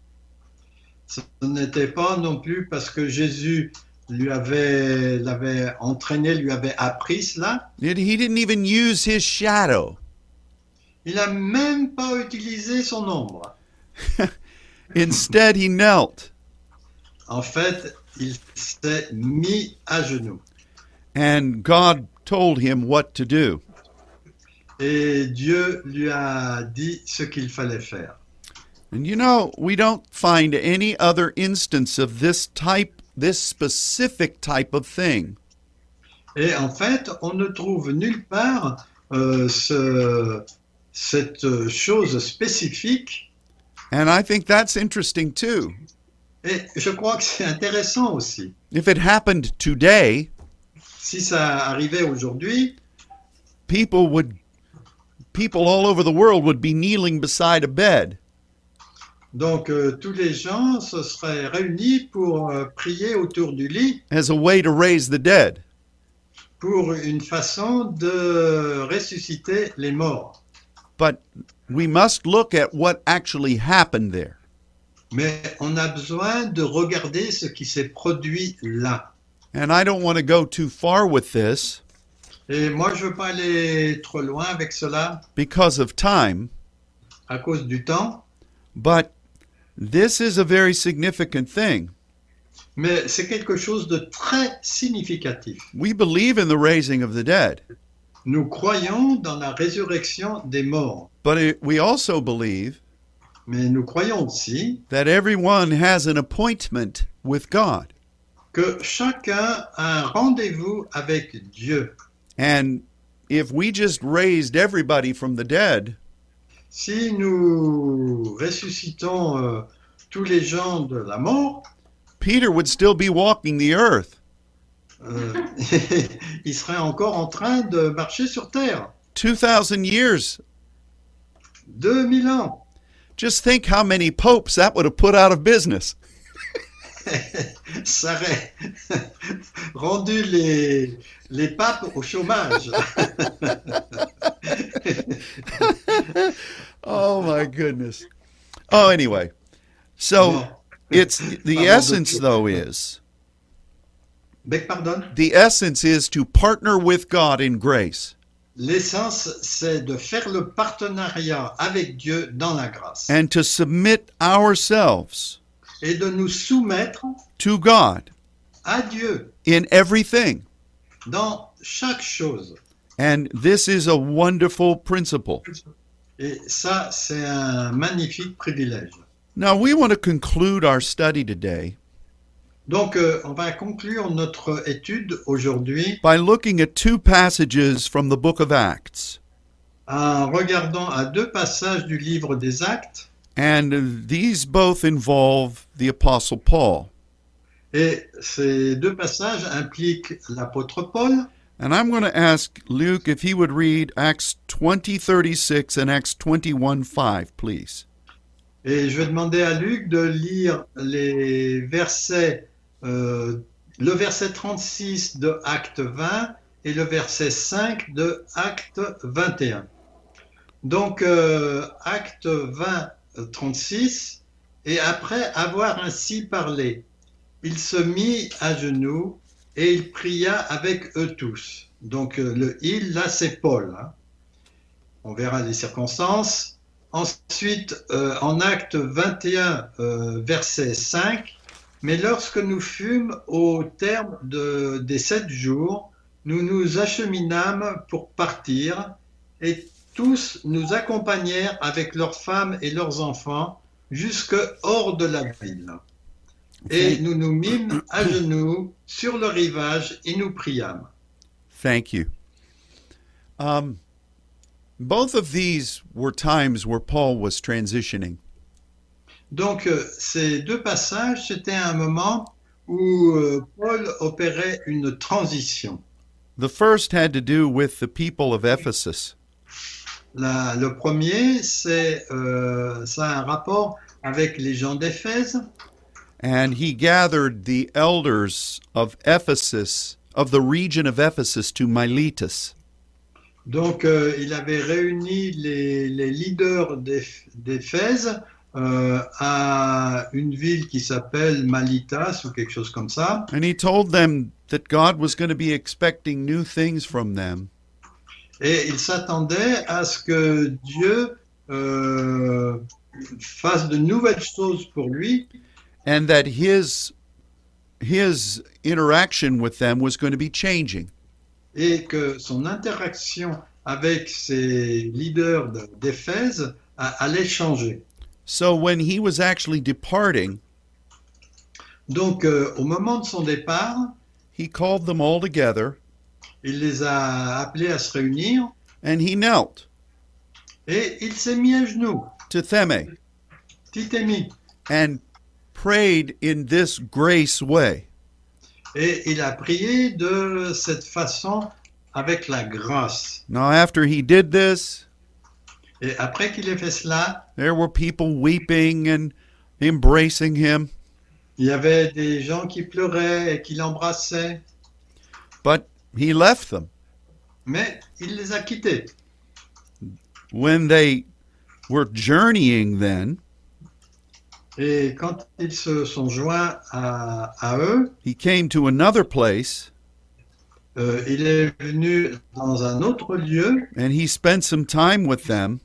ce n'était pas non plus parce que Jésus lui avait, l'avait entraîné, lui avait appris cela.
It- he didn't even use his shadow.
Il n'a même pas utilisé son ombre.
Instead, he knelt
En fait, il s'est mis à genoux.
and God told him what to do.
Et Dieu lui a dit ce qu'il fallait faire.
And you know, we don't find any other instance of this type, this specific type of thing.
Et en fait, on ne trouve nulle part euh, ce- cette chose spécifique.
And I think that's interesting too.
Et je crois que c'est intéressant aussi.
If it happened today,
Si ça arrivait aujourd'hui,
people would, people all over the world would be kneeling beside a bed.
donc euh, tous les gens se seraient réunis pour euh, prier autour du lit
as a way to raise the dead.
pour une façon de ressusciter les morts.
But we must look at what actually happened there.
mais on a besoin de regarder ce qui s'est produit là.
And I don't want to go too far with this
Et moi, je veux pas aller trop loin avec cela
because of time,
à cause du temps,
but this is a very significant thing.
mais c'est quelque chose de très significatif.
We believe in the raising of the dead,
Nous croyons dans la résurrection des morts,
but it, we also believe
mais nous croyons aussi
that everyone has an appointment with God.
que chacun a un rendez-vous avec Dieu.
And if we just raised everybody from the dead,
Si nous ressuscitons euh, tous les gens de la mort,
Peter would still be walking the earth.
euh, il serait encore en train de marcher sur Terre.
2,000 years.
2000 ans.
Just think how many popes that would have put out of business.
Ça aurait rendu les, les papes au chômage.
Oh my goodness. Oh, anyway. So it's the essence, though, is
Beck, pardon.
the essence is to partner with God in grace
L'essence, c'est de faire le partenariat avec Dieu dans la grâce
and to submit ourselves
et de nous soumettre
to God
à Dieu
in everything.
dans chaque chose.
And this is a wonderful principle.
Et ça, c'est un magnifique privilège.
Now, we want to conclude our study today
Donc, euh, on va conclure notre étude aujourd'hui
by looking at two passages from the book of Acts.
en regardant à deux passages du livre des Actes.
And these both involve the Apostle Paul.
Et ces deux passages impliquent l'apôtre Paul.
And I'm going to ask Luke if he would read Acts 20:36 and Acts 21:5, please.
Et je vais demander à Luc de lire les versets, euh, le verset 36 de Acte 20 et le verset 5 de Acte 21. Donc, euh, Acte 20, euh, 36, et après avoir ainsi parlé, il se mit à genoux et il pria avec eux tous. Donc, euh, le il, là, c'est Paul. hein. On verra les circonstances. Ensuite, euh, en acte 21, euh, verset 5, mais lorsque nous fûmes au terme de- des sept jours, nous nous acheminâmes pour partir, et tous nous accompagnèrent avec leurs femmes et leurs enfants jusque hors de la ville. Et nous nous mîmes à genoux sur le rivage et nous priâmes.
Thank you. Um, both of these were times where Paul was transitioning.
Donc euh, ces deux passages, c'était un moment où euh, Paul opérait une transition.
The first had to do with the people of Ephesus.
La- le premier, c'est euh, ça a un rapport avec les gens d'Éphèse
And he gathered the elders of Ephesus, of the region of Ephesus, to Miletus.
Donc, euh, il avait réuni les, les leaders d'Eph- d'Éphèse euh, à une ville qui s'appelle Malitas ou quelque chose comme ça.
And he told them that God was going to be expecting new things from them.
Et il s'attendait à ce que Dieu euh, fasse de nouvelles choses pour lui
and that his his interaction with them was going to be changing.
et que son interaction avec ces leaders de- d'Éphèse a- allait changer.
So when he was actually departing,
Donc, euh, au moment de son départ,
he called them all together
il les a appelés à se réunir
and he knelt
et il s'est mis à genoux,
to Theme
Titémi,
and prayed in this grace way.
et il a prié de cette façon avec la grâce.
Now after he did this,
Et après qu'il ait fait cela,
there were people weeping and embracing him,
il y avait des gens qui pleuraient et qui l'embrassaient,
but he left them.
mais il les a quittés.
When they were journeying then,
Et quand ils se sont joints à, à eux,
He came to another place
euh, il est venu dans un autre lieu,
and he spent some time with them,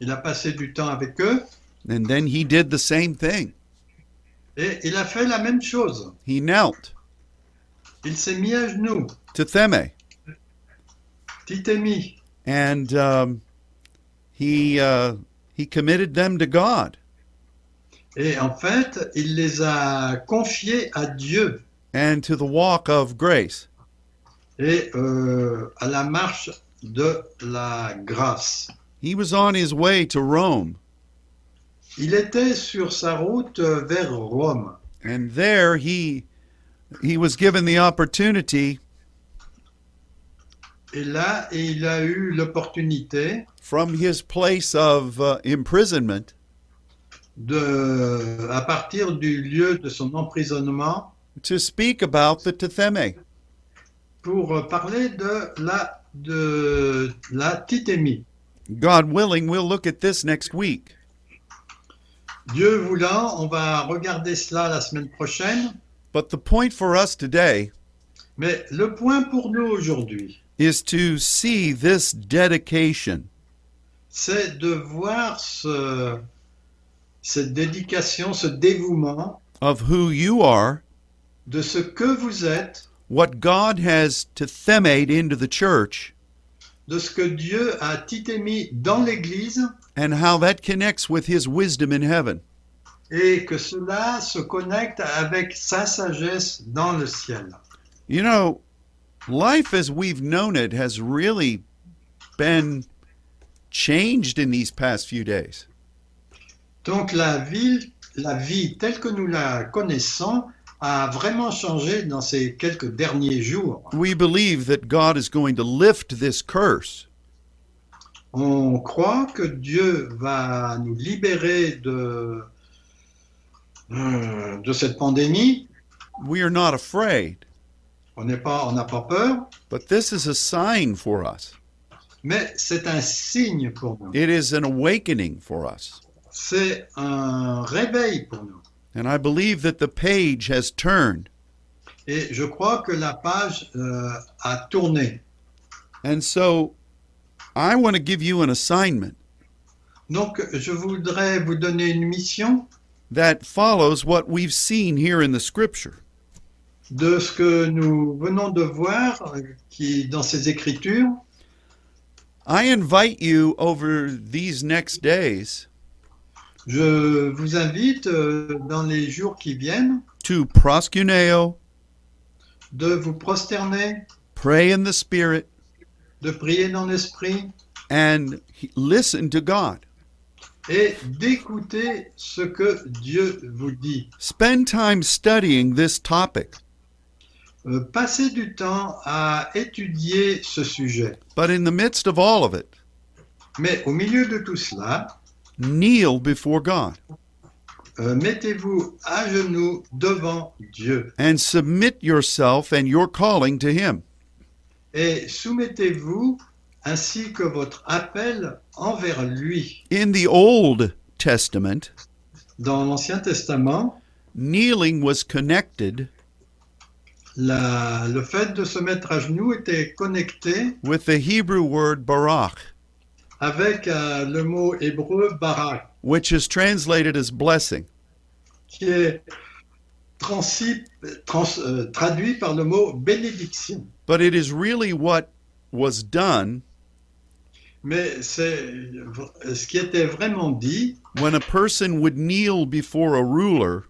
il a passé du temps avec eux,
and then he did the same thing.
et il a fait la même chose.
He knelt
Il s'est mis à genoux,
to Theme,
Titémi,
and um, he uh, he committed them to God.
et en fait, il les a confiés à Dieu
and to the walk of grace.
et euh, à la marche de la grâce.
He was on his way to Rome,
Il était sur sa route vers Rome.
and there he he was given the opportunity
Et là, il a eu l'opportunité
from his place of uh, imprisonment
de, à partir du lieu de son emprisonnement,
to speak about the tetheme.
pour parler de la, de la titémie.
God willing, we'll look at this next week.
Dieu voulant, on va regarder cela la semaine prochaine.
But the point for us today
Mais le point pour nous aujourd'hui,
is to see this dedication
c'est de voir ce, cette dédication, ce dévouement
of who you are,
de ce que vous êtes,
what God has tethemed into the church,
de ce que Dieu a titémie dans l'Église
and how that connects with his wisdom in heaven.
et que cela se connecte avec sa sagesse dans le ciel.
You know, life as we've known it has really been changed in these past few days.
Donc la vie, la vie telle que nous la connaissons a vraiment changé dans ces quelques derniers jours.
We believe that God is going to lift this curse
On croit que Dieu va nous libérer de, euh, de cette pandémie.
we are not afraid.
On n'est pas, on n'a pas peur,
But this is a sign for us.
mais c'est un signe pour nous.
It is an awakening for us.
C'est un réveil pour nous.
And I believe that the page has turned.
Et je crois que la page euh, a tourné.
And so I want to give you an assignment
Donc je voudrais vous donner une mission
that follows what we've seen here in the scripture.
de ce que nous venons de voir euh, qui dans ces écritures,
I invite you over these next days
je vous invite euh, dans les jours qui viennent
to proskuneo,
de vous prosterner,
pray in the Spirit,
de prier dans l'esprit
and he- listen to God.
et d'écouter ce que Dieu vous dit.
Spend time studying this topic,
Euh, Passez du temps à étudier ce sujet.
but in the midst of all of it,
Mais au milieu de tout cela,
kneel before God
euh, mettez-vous à genoux devant Dieu
and submit yourself and your calling to Him.
et soumettez-vous ainsi que votre appel envers lui.
In the Old Testament,
Dans l'Ancien Testament,
kneeling was connected
la- le fait de se mettre à genoux était connecté
with the Hebrew word barach,
avec euh, le mot hébreu barak,
which is translated as blessing.
qui est transi- trans- euh, traduit par le mot bénédiction.
But it is really what was done
Mais c'est v- ce qui était vraiment dit
when a person would kneel before a ruler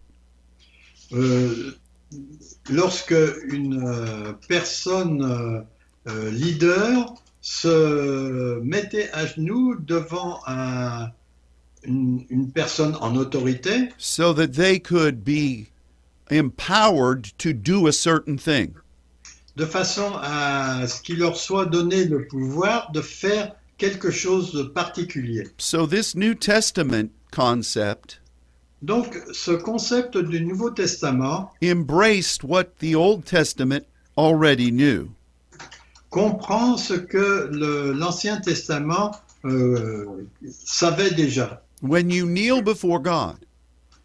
euh, lorsque une euh, personne euh, euh, leader se mettait à genoux devant un- une- une personne en autorité.
so that they could be empowered to do a certain thing.
de façon à ce qu'il leur soit donné le pouvoir de faire quelque chose de particulier.
So, this New Testament concept
Donc ce concept du Nouveau Testament
embraced what the Old Testament already knew.
comprend ce que le- l'Ancien Testament euh, savait déjà.
When you kneel before God,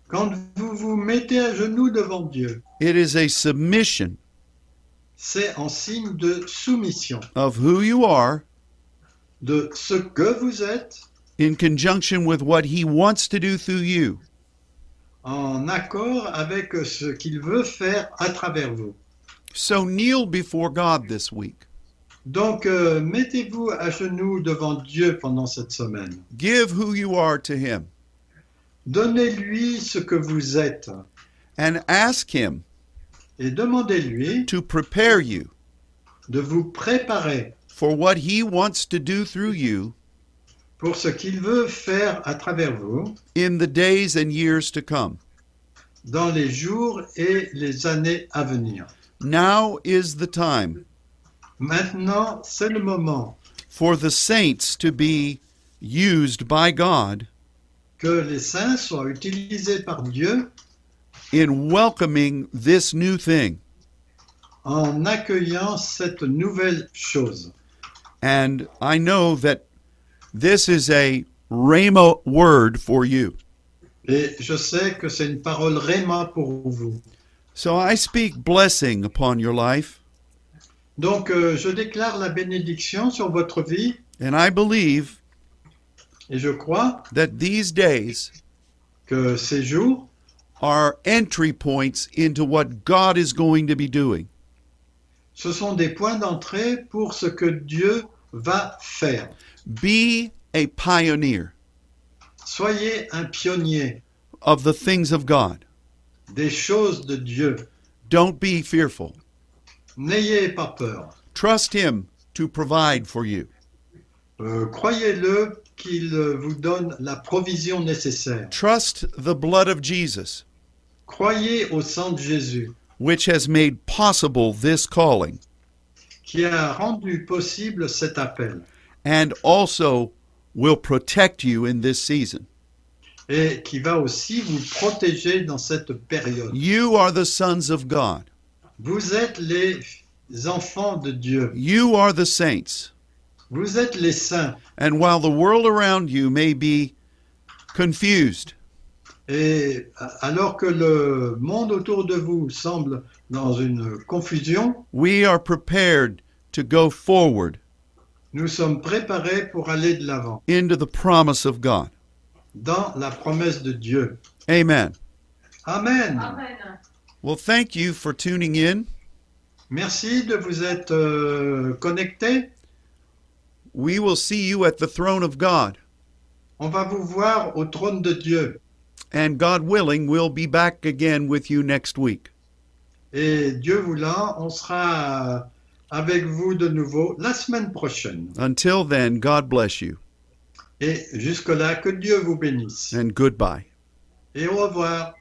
Quand vous vous mettez à genoux devant Dieu,
It is a submission
c'est en signe de soumission
of who you are
de ce que vous êtes
in conjunction with what He wants to do through you.
en accord avec ce qu'il veut faire à travers vous.
So kneel before God this week.
Donc, euh, mettez-vous à genoux devant Dieu pendant cette semaine.
Give who you are to Him
Donnez-lui ce que vous êtes
and ask Him
et demandez-lui
to prepare you
de vous préparer
for what He wants to do through you
pour ce qu'il veut faire à travers vous
in the days and years to come.
dans les jours et les années à venir.
Now is the time
Maintenant, c'est le moment
for the saints to be used by God
que les saints soient utilisés par Dieu
in welcoming this new thing
en accueillant cette nouvelle chose.
And I know that this is a Rhema word for you.
Et je sais que c'est une parole réma pour vous.
So I speak blessing upon your life,
Donc, euh, je déclare la bénédiction sur votre vie
and I believe
et je crois
that these days
que ces jours
are entry points into what God is going to be doing.
Ce sont des points d'entrée pour ce que Dieu va faire.
Be a pioneer
Soyez un pionnier
of the things of God.
des choses de Dieu.
Don't be fearful.
N'ayez pas peur.
Trust Him to provide for you.
Euh, Croyez-le qu'il euh, vous donne la provision nécessaire.
Trust the blood of Jesus,
Croyez au sang de Jésus
which has made possible this calling
qui a rendu possible cet appel
and also will protect you in this season.
et qui va aussi vous protéger dans cette période.
You are the sons of God.
Vous êtes les enfants de Dieu.
You are the saints.
Vous êtes les saints.
And while the world around you may be confused,
Et alors que le monde autour de vous semble dans une confusion,
we are prepared to go forward
nous sommes préparés pour aller de l'avant,
into the promise of God.
dans la promesse de Dieu.
Amen.
Amen.
Amen.
Well, thank you for tuning in.
Merci de vous être euh, connectés.
We will see you at the throne of God.
On va vous voir au trône de Dieu.
And God willing, we'll be back again with you next week.
Et Dieu voulant, on sera euh, avec vous de nouveau la semaine prochaine.
Until then, God bless you
Et jusque-là, que Dieu vous bénisse.
and goodbye.
Et au revoir.